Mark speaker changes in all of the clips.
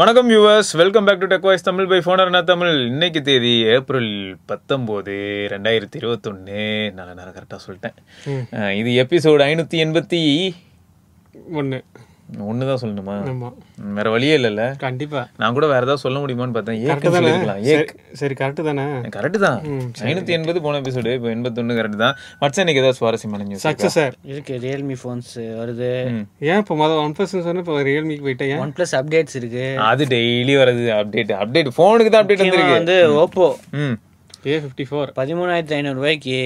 Speaker 1: வணக்கம் viewers welcome back to டெக்வாய்ஸ் Tamil by ஃபோனர் என்ன தமிழ் இன்னைக்கு தேதி ஏப்ரல் பத்தொம்போது ரெண்டாயிரத்தி இருபத்தொன்று நல்ல நேரம் கரெக்டாக சொல்லிட்டேன் அஹ், இது எபிசோடு ஐநூற்றி எண்பத்தி
Speaker 2: ஒன்று
Speaker 1: ஒன்று தான் சொல்லணுமா
Speaker 2: ஆமாம்
Speaker 1: ம், வேற வழியே இல்லைல்ல
Speaker 2: கண்டிப்பாக
Speaker 1: நான் கூட வேற ஏதாவது சொல்ல முடியுமான்னு பார்த்தேன்
Speaker 2: கரெக்டு
Speaker 1: ஏக்கு
Speaker 2: தானே
Speaker 1: சொல்லிருக்கலாம் ஏ
Speaker 2: சரி சரி கரெக்டு தானே
Speaker 1: கரெக்டு தான் ஐநூற்றி எண்பது போன எபிசோடு இப்போ எண்பத்தொன்று கரெக்ட் தான் மச்சா இன்னைக்கு ஏதாவது சுவாரஸ்யமான நியூஸ்
Speaker 2: சக்ஸஸ் சார்
Speaker 3: இருக்கு ரியல்மி ஃபோன்ஸ் வருது
Speaker 2: ஏன் இப்போ மொதல் ஒன் பிளஸ் சொன்ன இப்போ ரியல்மிக்கு போயிட்டேன் ஏன்
Speaker 3: ஒன் பிளஸ் அப்டேட்ஸ் இருக்கு
Speaker 1: அது டெய்லி வருது அப்டேட் அப்டேட் ஃபோனுக்கு தான் அப்டேட்
Speaker 3: முக்கியமா
Speaker 1: வந்திருக்கு
Speaker 3: வந்து ஓப்போ
Speaker 1: ம்
Speaker 2: ஏ ஃபிஃப்டி ஃபோர்
Speaker 3: பதிமூணாயிரத்தி ஐநூறு ரூபாய்க்கு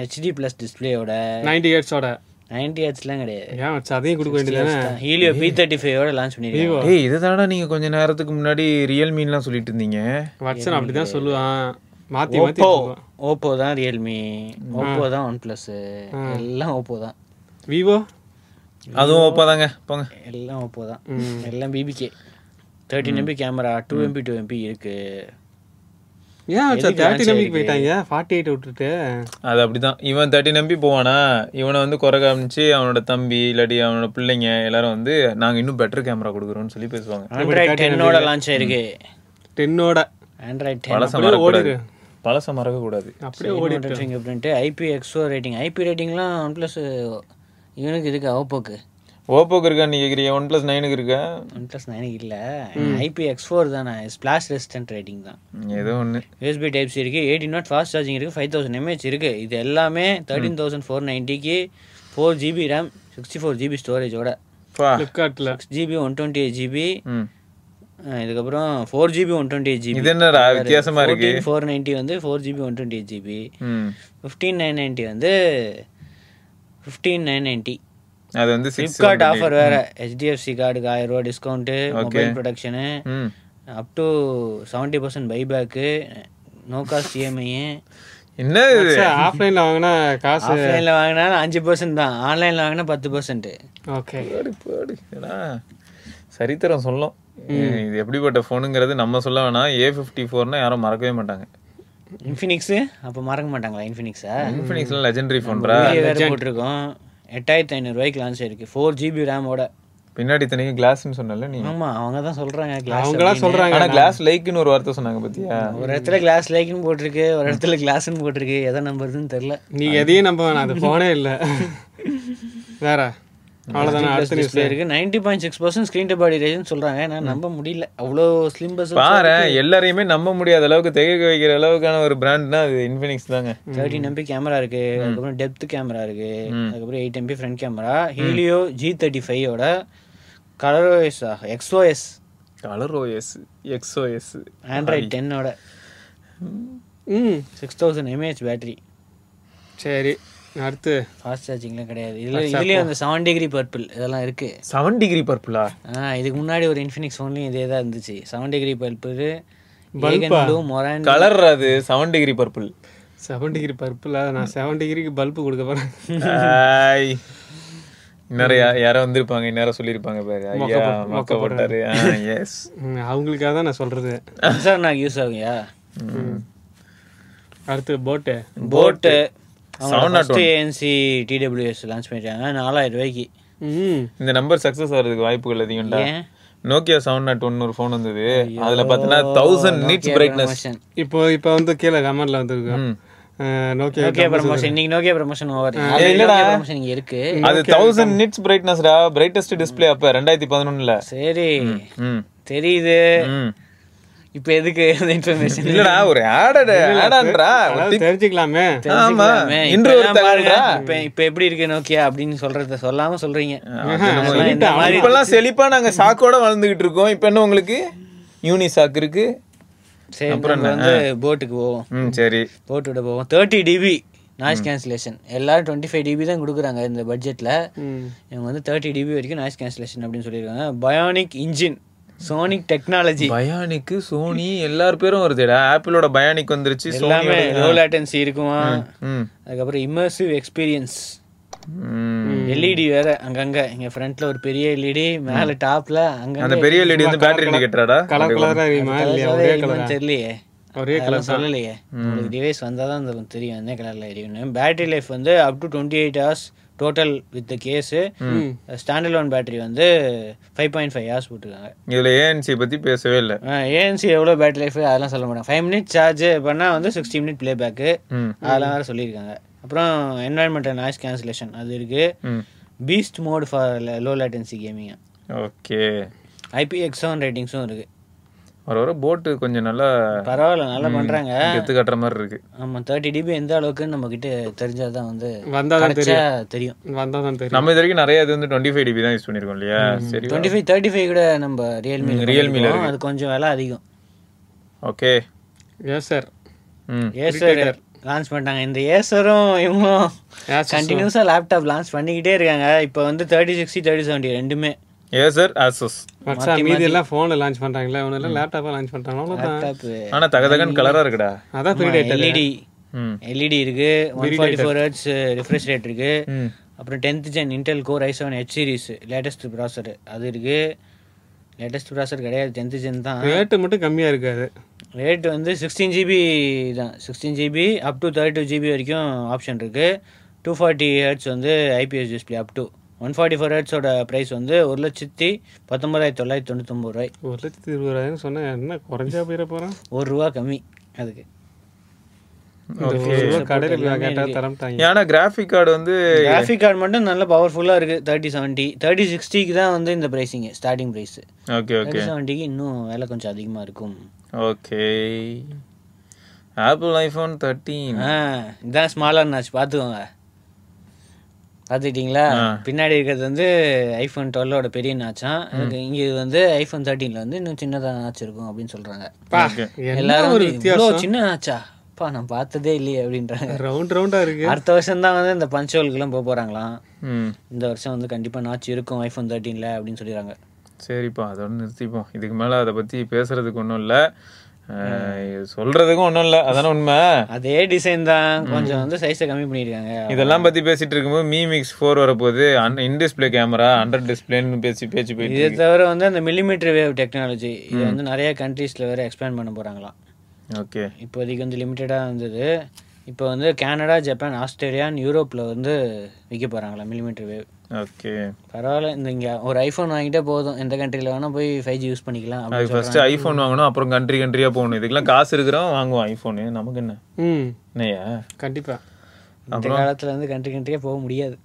Speaker 3: ஹெச்டி பிளஸ் டிஸ்பிளேயோட
Speaker 2: நைன்டி ஹேட்ஸோட
Speaker 3: நைன்டி ஹெச்லாம் கிடையாது
Speaker 2: ஏன் வச்சு அதையும் கொடுக்க வேண்டியது
Speaker 3: ஹீலியோ பி தேர்ட்டி ஃபைவோட லான்ச் பண்ணிருக்காங்க
Speaker 1: ஏய் இதை தானே நீங்கள் கொஞ்ச நேரத்துக்கு முன்னாடி ரியல்மின்லாம் சொல்லிட்டு இருந்தீங்க
Speaker 2: வட்சன் அப்படி தான் சொல்லுவான் மாற்றி மாற்றி
Speaker 3: ஓப்போ ஓப்போ தான் ரியல்மி ஓப்போ தான் ஒன் பிளஸ் எல்லாம் ஓப்போ தான்
Speaker 2: விவோ
Speaker 1: அதுவும் ஒப்பாதாங்க போங்க
Speaker 3: எல்லாம் ஓப்போ தான் எல்லாம் BBK thirteen MP camera two MP two MP இருக்கு
Speaker 2: ஏன் வச்சா தேர்ட்டி நம்பிக்கு போயிட்டாங்க ஃபார்ட்டி எயிட் விட்டுட்டு
Speaker 1: அது அப்படிதான் இவன் தேர்ட்டி நம்பி போவானா இவனை வந்து குறை காமிச்சு அவனோட தம்பி இல்லாட்டி அவனோட பிள்ளைங்க எல்லாரும் வந்து நாங்க இன்னும் பெட்டர் கேமரா கொடுக்குறோம்னு சொல்லி பேசுவாங்க
Speaker 3: ஆண்ட்ராய்ட் டென்னோட லான்ச் ஆயிருக்கு
Speaker 2: டென்னோட
Speaker 3: ஆண்ட்ராய்ட் டென்
Speaker 1: பழச மறக்கக்கூடாது பழச மறக்கக்கூடாது
Speaker 2: அப்படியே
Speaker 3: ஓடிட்டு ஃபிங்கர் பிரிண்ட் ஐபி எக்ஸோ ரேட்டிங் ஐபி ரேட்டிங்லாம் ஒன் ப்ளஸ் இவனுக்கு இருக்கு ஓப்போக்கு
Speaker 1: ஓப்போக்கு இருக்கா நீ கேட்குறீங்க ஒன் ப்ளஸ் நைனுக்கு இருக்கா
Speaker 3: ஒன் ப்ளஸ் நைனுக்கு இல்லை ஐபி எக்ஸ் ஃபோர் தானே ஸ்பிளாஷ் ரெசிஸ்டன்ட் ரேட்டிங் தான்
Speaker 1: ஏதோ ஒன்று
Speaker 3: யூஎஸ்பி டைப்ஸ் இருக்கு எயிட்டின் நாட் ஃபாஸ்ட் சார்ஜிங் இருக்கு ஃபைவ் தௌசண்ட் எம்ஏஹெச் இருக்கு இது எல்லாமே தேர்ட்டீன் தௌசண்ட் ஃபோர் நைன்ட்டிக்கு four GB RAM sixty four GB ஸ்டோரேஜோட
Speaker 1: பா
Speaker 2: ஃப்ளிப்கார்ட்டில்
Speaker 3: six GB one twenty eight GB
Speaker 1: ம்
Speaker 3: இதுக்கப்புறம் four GB one twenty eight
Speaker 1: இது
Speaker 3: ஜிபி
Speaker 1: என்னடா வித்தியாசமா இருக்கு
Speaker 3: ஃபோர் நைன்ட்டி வந்து four GB one twenty eight GB
Speaker 1: ம்
Speaker 3: ஃபிஃப்டீன் நைன் நைன்ட்டி வந்து ஃபிஃப்டீன் நைன் நைன்ட்டி
Speaker 1: அது வந்து சிக்ஸ்
Speaker 3: ஃப்ளிப்கார்ட் ஆஃபர் வேற ஹெச்டிஎஃப்சி கார்டுக்கு ஆயிரம் ரூபா டிஸ்கவுண்ட்டு மொபைல் ப்ரொடக்ஷனு
Speaker 1: ம்
Speaker 3: up to seventy percent buyback no cost EMI
Speaker 1: என்ன இது
Speaker 2: ஆஃப்லைனில் வாங்கினா காசு
Speaker 3: ஆஃப்லைனில் வாங்கினா அஞ்சு பர்சன்ட் தான் ஆன்லைனில் வாங்கினா பத்து பர்சன்ட்
Speaker 2: ஓகே
Speaker 1: போடு, போடு. ஏன்னா, சரித்திரம் சொல்லும் இது எப்படிப்பட்ட ஃபோனுங்கிறது நம்ம சொல்ல வேணாம் ஏ ஃபிஃப்டி ஃபோர்னா யாரும் மறக்கவே மாட்டாங்க
Speaker 3: இன்ஃபினிக்ஸு அப்போ மறக்க மாட்டாங்களா இன்ஃபினிக்ஸா
Speaker 1: இன்ஃபினிக்ஸ்ல லெஜெண்டரி ஃபோன்பரா
Speaker 3: வெளிய வேற போட்டிருக்கோம் எட்டாயிரத்தி ஐநூறுரூவாய்க்கு லான்ச் ஆயிருக்கு ஃபோர் ஜிபி ரேமோட
Speaker 1: பின்னாடி தனியாக கிளாஸ்னு சொன்னல நீ
Speaker 3: ஆமாம் அவங்க தான் சொல்கிறாங்க கிளாஸ்
Speaker 2: அவங்களா சொல்கிறாங்க
Speaker 1: ஆனா கிளாஸ் லைக்னு ஒரு வார்த்தை சொன்னாங்க பத்தியா
Speaker 3: ஒரு இடத்துல கிளாஸ் லைக்னு போட்டிருக்கு ஒரு இடத்துல கிளாஸ்ன்னு போட்டிருக்கு எதை நம்புறதுன்னு தெரில
Speaker 2: நீங்கள் எதையும் நம்ப வேணாம் அது ஃபோனே இல்லை வேற அவ்வளோதானே அடுத்த நியூஸ்
Speaker 3: டிஸ்பிளே இருக்கு ninety point six percent screen body ரேஜ்னு சொல்றாங்க நான் நம்ப முடியல அவ்வளோ ஸ்லிம் பஸ்
Speaker 1: பாரு எல்லாரையுமே நம்ப முடியாத அளவுக்கு திகைக்க வைக்கிற அளவுக்கான ஒரு பிராண்ட்னா அது இன்ஃபினிக்ஸ் தாங்க
Speaker 3: தேர்ட்டின் எம்பி கேமரா இருக்கு அதுக்கப்புறம் டெப்த் கேமரா இருக்கு அதுக்கப்புறம் eight MP front camera Helio G thirty ஃபைவோட ColorOS XOS
Speaker 1: colour OS XOS
Speaker 3: Android டென்னோட
Speaker 2: ம்
Speaker 3: சிக்ஸ் தௌசண்ட் எம்ஏஹெச் பேட்டரி
Speaker 2: சரி அடுத்து
Speaker 3: ஃபாஸ்ட் சார்ஜிங்லாம் கிடையாது இதுல இதுலயே அந்த செவன் டிகிரி பர்பிள் இதெல்லாம் இருக்கு
Speaker 1: செவன் டிகிரி பர்பிளா
Speaker 3: ஆ இதுக்கு முன்னாடி ஒரு இன்ஃபினிக்ஸ் ஃபோன்லையும் இதே தான் இருந்துச்சு செவன் டிகிரி பல்பு மொரான்
Speaker 1: கலர் அது seven degree purple
Speaker 2: seven degree purple நான் செவன் டிகிரிக்கு பல்பு கொடுக்க போறேன்
Speaker 1: நிறைய யாரோ வந்திருப்பாங்க இந்நேரம் சொல்லியிருப்பாங்க பாரு ஐயா மொக்க போட்டாரு எஸ்
Speaker 2: ம், அவங்களுக்காக தான் நான் சொல்றது
Speaker 3: சார் நான் யூஸ் ஆகுயா
Speaker 2: அடுத்து போட்டு
Speaker 3: போட்டு ஃபஸ்ட்டு ஏஎன்சி டிடபிள்யூஎஸ் லான்ச் பண்ணிட்டாங்க நாலாயிரம் ரூபாய்க்கு
Speaker 2: ம்
Speaker 1: இந்த நம்பர் சக்ஸஸ் ஆகிறதுக்கு வாய்ப்புகள் அதிகம்டா
Speaker 3: ஏன்?
Speaker 1: நோக்கியா செவன் நாட் ஒன் ஒரு ஃபோன் வந்தது அதுல பார்த்தீங்கன்னா தௌசண்ட் நீட்ஸ் பிரைட்னஸ்
Speaker 3: ப்ரமோஷன்
Speaker 2: இப்போ இப்போ வந்து கீழே கமெண்ட்ல வந்துருக்கோம் நோக்கியா
Speaker 3: நோக்கியா ப்ரமோஷன் இன்னைக்கு நோக்கியா ப்ரமோஷன் ஓவர்
Speaker 1: இல்லடா.
Speaker 3: நோக்கியா ப்ரமோஷன் இங்கே இருக்கு
Speaker 1: அது தௌசண்ட் நீட்ஸ் பிரைட்னஸ்டா பிரைட்டஸ்ட் டிஸ்ப்ளே அப்ப ரெண்டாயிரத்தி பதினொன்னுல
Speaker 3: சரி
Speaker 1: ம்
Speaker 3: தெரியுது
Speaker 1: ம்.
Speaker 3: இப்போ எதுக்கு அந்த இன்ஃபர்மேஷன்
Speaker 1: இல்லடா ஒரு ஆடட் ஆடான்றா
Speaker 2: அதாவது தெரிஞ்சுக்கலாமே
Speaker 1: ஆமா இன்று ஒரு
Speaker 3: பாருங்க
Speaker 1: தகவல்டா
Speaker 3: இப்போ இப்போ எப்படி இருக்கு நோக்கியா அப்படின்னு சொல்றத சொல்லாம சொல்றீங்க அதெல்லாம் இந்த மாதிரி
Speaker 1: இப்பெல்லாம் செழிப்பா நாங்க சாக்கோட வளர்ந்துகிட்டு இருக்கோம் இப்ப என்ன உங்களுக்கு யூனி சாக்கு இருக்கு
Speaker 3: சரி அப்புறம் வந்து போட்டுக்கு போவோம்
Speaker 1: ம் சரி
Speaker 3: போட்டு விட போவோம் தேர்ட்டி டிபி நாய்ஸ் கேன்சலேஷன் எல்லாரும் டுவெண்ட்டி ஃபைவ் டிபி தான் கொடுக்குறாங்க இந்த பட்ஜெட்டில் இவங்க வந்து தேர்ட்டி டிபி வரைக்கும் நாய்ஸ் கேன்சலேஷன் அப்படின்னு சொல்லியிருக்காங்க bionic engine sonic technology
Speaker 1: bionic Sony எல்லார் பேரும் வருதுடா ஆப்பிளோட பயானிக் வந்துருச்சு
Speaker 3: எல்லாமே
Speaker 1: சோனியோட
Speaker 3: லோ லேட்டன்சி இருக்குமா
Speaker 1: ம்
Speaker 3: அதுக்கப்புறம் இமர்சிவ் எக்ஸ்பீரியன்ஸ்
Speaker 1: ம்.
Speaker 3: எல்இடி E வேற அங்கங்க இங்க ஃப்ரண்ட்ல ஒரு பெரிய எல்இடி மேல டாப்ல அங்க
Speaker 1: அந்த பெரிய லேடி வந்து பேட்டரி இண்டிகேட்டராடா
Speaker 2: கலர் கலரா இருக்குமா இல்லையா ஒரே கலரா
Speaker 3: தெரியலையே
Speaker 2: ஒரே
Speaker 3: அதெல்லாம் சொல்லலையே உங்களுக்கு டிவைஸ் வந்தால் தான் அந்த தெரியும் என்ன கலரில் எரியும்னு பேட்டரி லைஃப் வந்து up to twenty eight hours total with the case standalone battery வந்து ஃபைவ் பாயிண்ட் ஃபைவ் ஹார்ஸ் போட்டிருக்காங்க
Speaker 1: இதுல ஏஎன்சி பத்தி பேசவே இல்லை
Speaker 3: ஏஎன்சி எவ்வளோ பேட்டரி லைஃப் அதெல்லாம் சொல்ல மாட்டாங்க ஃபைவ் மினிட் சார்ஜ் பண்ணால் வந்து சிக்ஸ்டி மினிட் ப்ளே பேக்கு
Speaker 1: ம்.
Speaker 3: அதெல்லாம் வேறு சொல்லியிருக்காங்க அப்புறம் என்வாயன்மெண்டல் நாய்ஸ் கேன்சலேஷன் அது இருக்குது
Speaker 1: ம்
Speaker 3: beast mode for low latency gaming
Speaker 1: okay
Speaker 3: IP எக்ஸான் ரேட்டிங்ஸும் இருக்குது
Speaker 1: வர வர போட்டு கொஞ்சம் நல்லா
Speaker 3: பரவாயில்ல நல்லா பண்ணுறாங்க
Speaker 1: கெத்து கட்டுற மாதிரி இருக்கு
Speaker 3: ஆமாம் தேர்ட்டி டிபி எந்த அளவுக்குன்னு நம்மக்கிட்ட தெரிஞ்சால் தான் வந்து
Speaker 2: வந்தாதான்
Speaker 3: கரெக்டாக தெரியும்
Speaker 2: வந்தால் தான் தெரியும்
Speaker 1: நம்ம இது வரைக்கும் நிறைய இது வந்து டுவெண்ட்டி ஃபைவ் டிபி தான் யூஸ் பண்ணிருக்கோம் இல்லையா சரி
Speaker 3: டுவெண்ட்டி ஃபைவ் தேர்ட்டி ஃபைவ் கூட நம்ம ரியல்மி
Speaker 1: Realme ல
Speaker 3: ரியல்மியில் அது கொஞ்சம் விலை அதிகம்
Speaker 1: ஓகே
Speaker 2: எஸ் சார்
Speaker 1: ம்
Speaker 3: ஏசர் லான்ச் பண்ணிட்டாங்க இந்த ஏசரும் இவங்களும்
Speaker 2: Asus
Speaker 3: கண்டினியூஸாக லேப்டாப் லான்ச் பண்ணிக்கிட்டே இருக்காங்க இப்போ வந்து தேர்ட்டி சிக்ஸ்டி தேர்ட்டி செவன்ட்டி ரெண்டுமே
Speaker 1: ஏ சார் ஆசஸ்
Speaker 2: மச்சா மீதி எல்லாம் ஃபோனில் லான்ச் பண்ணுறாங்களே ஒன்றும் இல்லை லேப்டாப்பில் லான்ச் பண்ணுறாங்க அவ்வளோதான்
Speaker 3: லேப்டாப்
Speaker 1: ஆனா தக தகன் கலரா இருக்குடா
Speaker 2: அதான் பெரிய
Speaker 3: எல்இடி
Speaker 1: ம்
Speaker 3: எல்இடி E இருக்கு one forty four hertz refresh rate இருக்கு
Speaker 1: ம்
Speaker 3: அப்புறம் tenth gen Intel core i seven H series latest processor அது இருக்கு லேட்டஸ்ட் ப்ராசர் கிடையாது டென்த் ஜென் தான்
Speaker 2: ரேட்டு மட்டும் கம்மியாக இருக்காது
Speaker 3: ரேட் வந்து சிக்ஸ்டீன் ஜிபி தான் sixteen GB up to thirty two GB வரைக்கும் ஆப்ஷன் இருக்கு டூ ஃபார்ட்டி ஹெட்ஸ் வந்து IPS display up to one forty four ஹெட்ஸோட ப்ரைஸ் வந்து ஒரு லட்சத்தி பத்தொம்பதாயிரத்தி தொள்ளாயிரத்தி தொண்ணூத்தொம்பது ரூபாய்
Speaker 2: ஒரு லட்சத்தி இருபதாயிரம் சொன்னா என்ன குறைஞ்சா போயிட போகிறேன்
Speaker 3: ஒரு ரூபா கம்மி அதுக்கு
Speaker 2: கடையில் கேட்டால் தரம்ட்டாங்க
Speaker 1: ஏன்னா கிராஃபிக் கார்டு வந்து
Speaker 3: கிராஃபிக் கார்டு மட்டும் நல்ல பவர்ஃபுல்லாக இருக்குது தேர்ட்டி செவன்ட்டி தேர்ட்டி சிக்ஸ்டிக்கு தான் வந்து இந்த pricing starting price
Speaker 1: okay okay
Speaker 3: thirty செவன்ட்டிக்கு இன்னும் விலை கொஞ்சம் அதிகமாக இருக்கும்
Speaker 1: ஓகே ஆப்பிள் ஐஃபோன் தேர்ட்டீன்
Speaker 3: ஆ இதான் ஸ்மாலாக நாச்சு பார்த்துக்கோங்க பார்த்துக்கிட்டிங்களா பின்னாடி இருக்கிறது வந்து ஐஃபோன் டுவெல்லோட பெரிய நாச்சாம் இங்கே வந்து ஐஃபோன் தேர்ட்டீனில் வந்து இன்னும் சின்னதாக நாச்சு இருக்கும் அப்படின்னு சொல்கிறாங்க எல்லாரும் வந்து, இவ்வளோ சின்ன நாச்சா அப்பா நான் பார்த்ததே இல்லையே அப்படின்றாங்க
Speaker 2: ரவுண்ட் ரவுண்டாக இருக்கு
Speaker 3: அடுத்த வருஷம் தான் வந்து இந்த பஞ்சோலுக்குலாம் போக போகிறாங்களாம்
Speaker 1: ம்
Speaker 3: இந்த வருஷம் வந்து கண்டிப்பாக நாச்சு இருக்கும் ஐஃபோன் தேர்ட்டீனில் அப்படின்னு சொல்லிடுறாங்க
Speaker 1: சரிப்பா அதோட நிறுத்திப்போம் இதுக்கு மேலே அதை பற்றி பேசுறதுக்கு ஒன்றும் இல்லை சொல்றதுக்கும் ஒன்றும் இல்லை அதான உண்மை
Speaker 3: அதே டிசைன் தான் கொஞ்சம் வந்து சைஸை கம்மி பண்ணியிருக்காங்க
Speaker 1: இதெல்லாம் பற்றி பேசிட்டு இருக்கும்போது மீ மிக்ஸ் ஃபோர் வரப்போகுது an in display camera under டிஸ்பிளேன்னு பேசி பேச்சு போயிட்டு
Speaker 3: இதை தவிர வந்து அந்த மில்லிமீட்டர் வேவ் டெக்னாலஜி இது வந்து நிறைய கண்ட்ரீஸில் வேற எக்ஸ்பேண்ட் பண்ண போகிறாங்களாம்
Speaker 1: ஓகே
Speaker 3: இப்போதைக்கு வந்து லிமிட்டடாக இருந்தது இப்போ வந்து கனடா ஜப்பான் ஆஸ்திரேலியா யூரோப்பில் வந்து விற்க போகிறாங்களா மில்லிமீட்டர் வேவ்
Speaker 1: ஓகே
Speaker 3: பரவாயில்ல இந்த இங்கே ஒரு ஐஃபோன் வாங்கிட்டே போதும் எந்த கண்ட்ரியில் வேணால் போய் ஃபைவ் ஜி யூஸ் பண்ணிக்கலாம்
Speaker 1: அது
Speaker 3: அப்படின்னு
Speaker 1: ஃபர்ஸ்ட் ஐஃபோன் வாங்கணும் அப்புறம் கண்ட்ரி கண்ட்ரியாக போகணும் இதுக்கெல்லாம் காசு இருக்கிறோம் வாங்குவோம் ஐஃபோனு நமக்கு என்ன
Speaker 2: ம்
Speaker 1: என்னையா
Speaker 2: கண்டிப்பாக
Speaker 3: சொல்றாங்க. இந்த காலத்தில் வந்து கண்ட்ரி கண்ட்ரியே போக முடியாது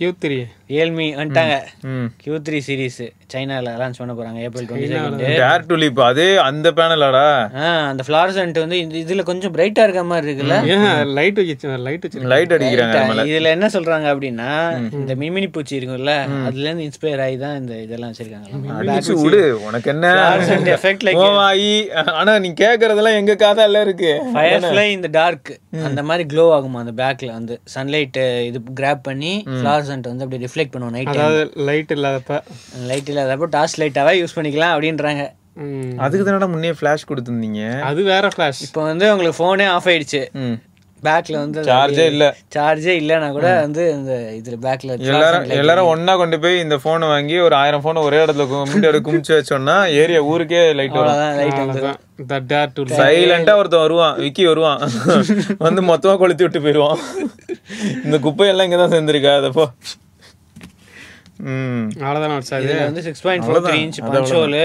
Speaker 2: கியூ த்ரீ
Speaker 3: ரியல்மி வந்துட்டாங்க
Speaker 1: ம்
Speaker 3: கியூ த்ரீ சீரீஸ் சைனாவில் லான்ச் பண்ண போகிறாங்க April twenty second
Speaker 1: dare to leap அதே அந்த பேனலாடா
Speaker 3: ஆ அந்த ஃப்ளாரசன்ட் வந்து இந்த இதில் கொஞ்சம் பிரைட்டாக இருக்க மாதிரி இருக்குல்ல
Speaker 2: ஏன் லைட் வச்சு லைட் வச்சு
Speaker 1: லைட் அடிக்கிறாங்க
Speaker 3: Right. இதுல என்ன சொல்றாங்க அப்படின்னா இந்த மின்மினி பூச்சி இருக்கும்ல அதுல இருந்து இன்ஸ்பயர் ஆகி தான் இந்த இதெல்லாம் வச்சிருக்காங்க
Speaker 1: அடிச்சு விடு உனக்கு என்ன
Speaker 3: எஃபெக்ட் லைக்
Speaker 1: கோவாயி ஆனா நீ கேக்குறதெல்லாம் எங்க காதால இருக்கு
Speaker 3: ஃபயர்ஃப்ளை இந்த டார்க் அந்த மாதிரி க்ளோ ஆகுமா அந்த பேக்ல வந்து சன்லைட் இது கிராப் பண்ணி ஃபிளாரசன்ட் வந்து அப்படியே ரிஃப்ளெக்ட் பண்ணுவோம் நைட்
Speaker 2: அதாவது லைட் இல்லாதப்ப
Speaker 3: லைட் இல்லாதப்போ டார்ச் லைட்டாவே யூஸ் பண்ணிக்கலாம் அப்படின்றாங்க
Speaker 2: ம்
Speaker 1: அதுக்கு தானடா முன்னே ஃபிளாஷ் கொடுத்துருந்தீங்க
Speaker 2: அது வேற ஃப்ளாஷ்
Speaker 3: இப்போ வந்து உங்களுக்கு ஃபோனே ஆஃப் ஆயிடுச்சு பேக்ல வந்து
Speaker 1: சார்ஜே இல்ல
Speaker 3: சார்ஜே இல்லைன்னா கூட வந்து இந்த இதுல பேக்ல
Speaker 1: எல்லாரும் எல்லாரும் ஒண்ணா கொண்டு போய் இந்த போனை வாங்கி ஒரு ஆயிரம் போனை ஒரே இடத்துல கு- முன்னாடி ஒரு குமிச்சு வச்சோம்னா ஏரியா ஊருக்கே லைட் வரும்
Speaker 3: அவ்வளோதான் லைட் வந்து
Speaker 2: த டேர் டு
Speaker 1: சைலண்டா ஒருத்தன் வருவான் விக்கி வருவான் வந்து மொத்தமா கொளுத்தி விட்டு போயிடுவான் இந்த குப்பையெல்லாம் இங்க தான் சேர்ந்துருக்கா அதப்போ ம்
Speaker 2: அவ்வளோதான் வச்சா இது
Speaker 3: இதுல வந்து six point four three inch punch hole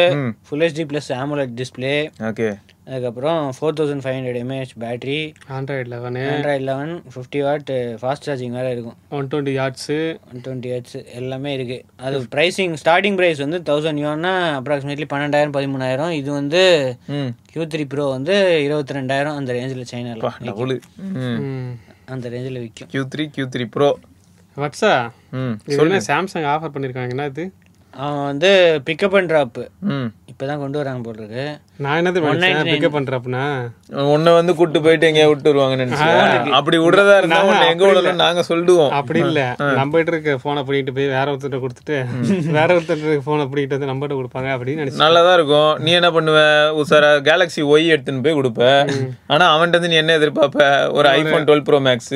Speaker 3: full HD plus AMOLED display
Speaker 1: okay
Speaker 3: அதுக்கப்புறம் four thousand five hundred mAh battery
Speaker 2: Android eleven
Speaker 3: Android eleven fifty watt fast charging வேறு இருக்கும்
Speaker 2: ஒன் டுவெண்ட்டி யார்ட்ஸு
Speaker 3: ஒன் டுவெண்ட்டி ஹெட்ஸ் எல்லாமே இருக்குது அது pricing starting price வந்து thousand யூன்னா approximately பன்னெண்டாயிரம் பதிமூணாயிரம் இது வந்து
Speaker 1: ம்
Speaker 3: கியூ த்ரீ ப்ரோ வந்து இருபத்தி ரெண்டாயிரம் அந்த ரேஞ்சில் சைனாவில்
Speaker 1: டபுள் ம்
Speaker 2: ம்
Speaker 3: அந்த ரேஞ்சில் விற்கும்
Speaker 1: Q three Q three pro
Speaker 2: வட்ஸா
Speaker 1: ம்
Speaker 2: இது என்ன சாம்சங் ஆஃபர் பண்ணியிருக்காங்கன்னா இது
Speaker 3: அவன் வந்து பிக்கப் அண்ட் ட்ராப்பு
Speaker 1: ம்
Speaker 3: இப்போ தான் கொண்டு வராங்க போல் இருக்கு
Speaker 2: நான் என்னது பண்ணிட்டேன் பிக்கப் பண்ணுறப்பனா
Speaker 1: உன்னை வந்து கூட்டு போயிட்டு எங்கேயா விட்டு வருவாங்க நினைச்சு அப்படி விடுறதா இருந்தா உன்னை எங்க விடலாம் நாங்க சொல்லுவோம்
Speaker 2: அப்படி இல்ல நம்மகிட்ட இருக்க போனை பிடிக்கிட்டு போய் வேற ஒருத்தர்ட்ட கொடுத்துட்டு வேற ஒருத்தர்ட்ட இருக்க போனை பிடிக்கிட்டு வந்து நம்மகிட்ட கொடுப்பாங்க அப்படின்னு நினைச்சேன்
Speaker 1: நல்லாதான் இருக்கும் நீ என்ன பண்ணுவ உசாரா கேலக்ஸி ஒய் எடுத்துன்னு போய் கொடுப்ப ஆனா அவன்கிட்ட இருந்து நீ என்ன எதிர்பார்ப்ப ஒரு ஐபோன் டுவெல் ப்ரோ மேக்ஸ்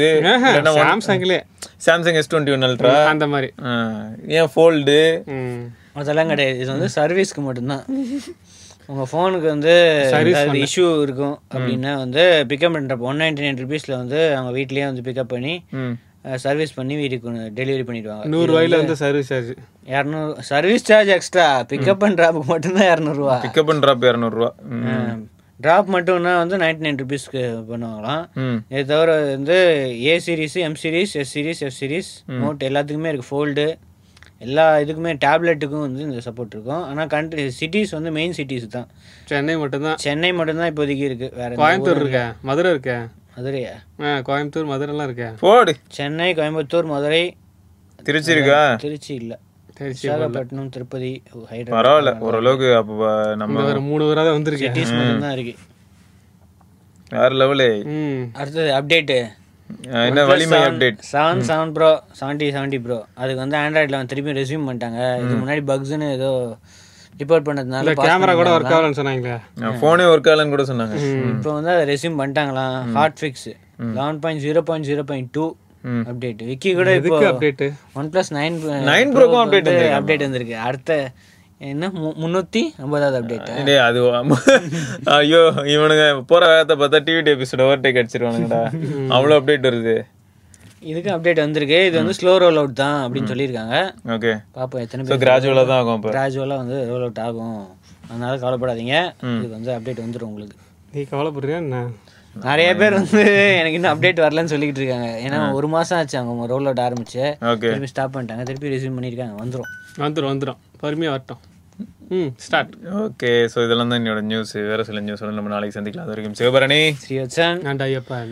Speaker 2: சாம்சங்லே
Speaker 1: Samsung S twenty one ultra
Speaker 2: அந்த மாதிரி
Speaker 1: ஏன் ஃபோல்டு
Speaker 2: ம்
Speaker 3: அதெல்லாம் கிடையாது இது வந்து சர்வீஸ்க்கு மட்டும்தான் உங்க ஃபோனுக்கு வந்து ஏதாவது இஷ்யூ இருக்கும் அப்படின்னா வந்து பிக்கப் பண்ணுறப்ப ஒன் நைன்டி நைன் ருபீஸில் வந்து அவங்க வீட்லயே வந்து பிக்கப் பண்ணி சர்வீஸ் பண்ணி வீட்டுக்கு டெலிவரி பண்ணிடுவாங்க
Speaker 2: நூறு ரூபாயில வந்து சர்வீஸ் சார்ஜ்
Speaker 3: இரநூறு service charge extra pickup and ட்ராப்புக்கு மட்டும்தான் இரநூறுவா
Speaker 1: பிக்கப் அண்ட் ட்ராப் இரநூறுவா
Speaker 3: ட்ராப் மட்டும்னா வந்து நைன்டி நைன் ருபீஸ்க்கு பண்ணுவாங்களாம்
Speaker 1: ம்
Speaker 3: இது தவிர வந்து A series M series S series F series note எல்லாத்துக்குமே இருக்குது ஃபோல்டு எல்லா இதுக்குமே டேப்லெட்டுக்கும் வந்து இந்த சப்போர்ட் இருக்கும் ஆனால் கண்ட்ரி சிட்டிஸ் வந்து மெயின் சிட்டிஸ் தான்
Speaker 2: சென்னை மட்டும்தான்
Speaker 3: சென்னை மட்டும்தான் இப்போதைக்கு இருக்குது வேற எந்த
Speaker 2: கோயம்புத்தூர் இருக்க மதுரை இருக்க
Speaker 3: ஊர்- மதுரையா
Speaker 2: ஆ கோயம்புத்தூர் மதுரைலாம் இருக்க
Speaker 1: போடு
Speaker 3: சென்னை கோயம்புத்தூர் மதுரை
Speaker 1: திருச்சி இருக்கா
Speaker 3: திருச்சி இல்லை
Speaker 2: திருச்சி
Speaker 3: விசாகப்பட்டினம் திருப்பதி ஹைதராபாத்
Speaker 1: பரவாயில்ல ஓரளவுக்கு அப்போ நம்ம
Speaker 2: ஒரு மூணு பேராக வந்திருக்கேன்
Speaker 3: சிட்டிஸ் மட்டும்தான் இருக்குது
Speaker 1: வேற லெவலு
Speaker 2: ம்
Speaker 3: அடுத்தது அப்டேட்டு
Speaker 1: என்ன Valimai update
Speaker 3: seven seven pro seventy seventy pro அதுக்கு வந்து ஆண்ட்ராய்டில் வந்து திருப்பி ரெசியூம் பண்ணிட்டாங்க இதுக்கு முன்னாடி பக்ஸ்னு ஏதோ ரிப்போர்ட் பண்ணதுனால
Speaker 2: கேமரா கூட ஒர்க் ஆகலன்னு சொன்னாங்களே
Speaker 1: ஃபோனே ஒர்க் ஆகலன்னு கூட சொன்னாங்க
Speaker 3: இப்போ வந்து அதை ரெசியூம் பண்ணிட்டாங்களாம் hotfix eleven point zero point zero point two
Speaker 1: ம்.
Speaker 3: அப்டேட் விக்கி கூட இப்போ
Speaker 2: update
Speaker 3: OnePlus nine
Speaker 1: Nine Pro க்கும் update வந்திருக்கு.
Speaker 3: அப்டேட் வந்திருக்கு அடுத்த என்ன மு- முந்நூற்றி ஐம்பதாவது அப்டேட்
Speaker 1: டேய் அது ஆமா. ஐயோ இவனுங்க போற வேகத்தை பார்த்தா டிவி எபிசோட ஓவர்டேக் அடிச்சிருவானுங்கடா அவ்வளோ அப்டேட் வருது
Speaker 3: இதுக்கு அப்டேட் வந்திருக்கு இது வந்து ஸ்லோ ரோல் அவுட் தான் அப்படின்னு சொல்லியிருக்காங்க
Speaker 1: ஓகே
Speaker 3: பார்ப்போம் எத்தனை
Speaker 1: ஸோ கிராஜுவலாக தான் ஆகும் இப்போ
Speaker 3: கிராஜுவலாக வந்து ரோல் அவுட் ஆகும் அதனால கவலைப்படாதீங்க இதுக்கு வந்து அப்டேட் வந்துடும் உங்களுக்கு
Speaker 2: நீ கவலைப்படுறியா என்ன
Speaker 3: நிறைய பேர் வந்து எனக்கு இன்னும் அப்டேட் வரலன்னு சொல்லிக்கிட்டு இருக்காங்க ஏன்னா ஒரு மாசம் ஆச்சு அவங்க ரோல் அவுட் ஆரம்பிச்சு
Speaker 1: ஓகே
Speaker 3: திருப்பி ஸ்டாப் பண்ணிட்டாங்க திருப்பி ரெசியூம் பண்ணியிருக்காங்க வந்துடும்
Speaker 2: வந்துடும் வந்துடும் பொறுமையாக வரட்டும் ம் ஸ்டார்ட்
Speaker 1: ஓகே
Speaker 3: oh
Speaker 1: ஸோ இதெல்லாம் தான் என்னோட நியூஸ் வேற சில நியூஸ் நம்ம நாளைக்கு சந்திக்கலாம் அது வரைக்கும் சிவபரணி
Speaker 3: ஸ்ரீவத்சன்
Speaker 2: நான் ஐயப்பா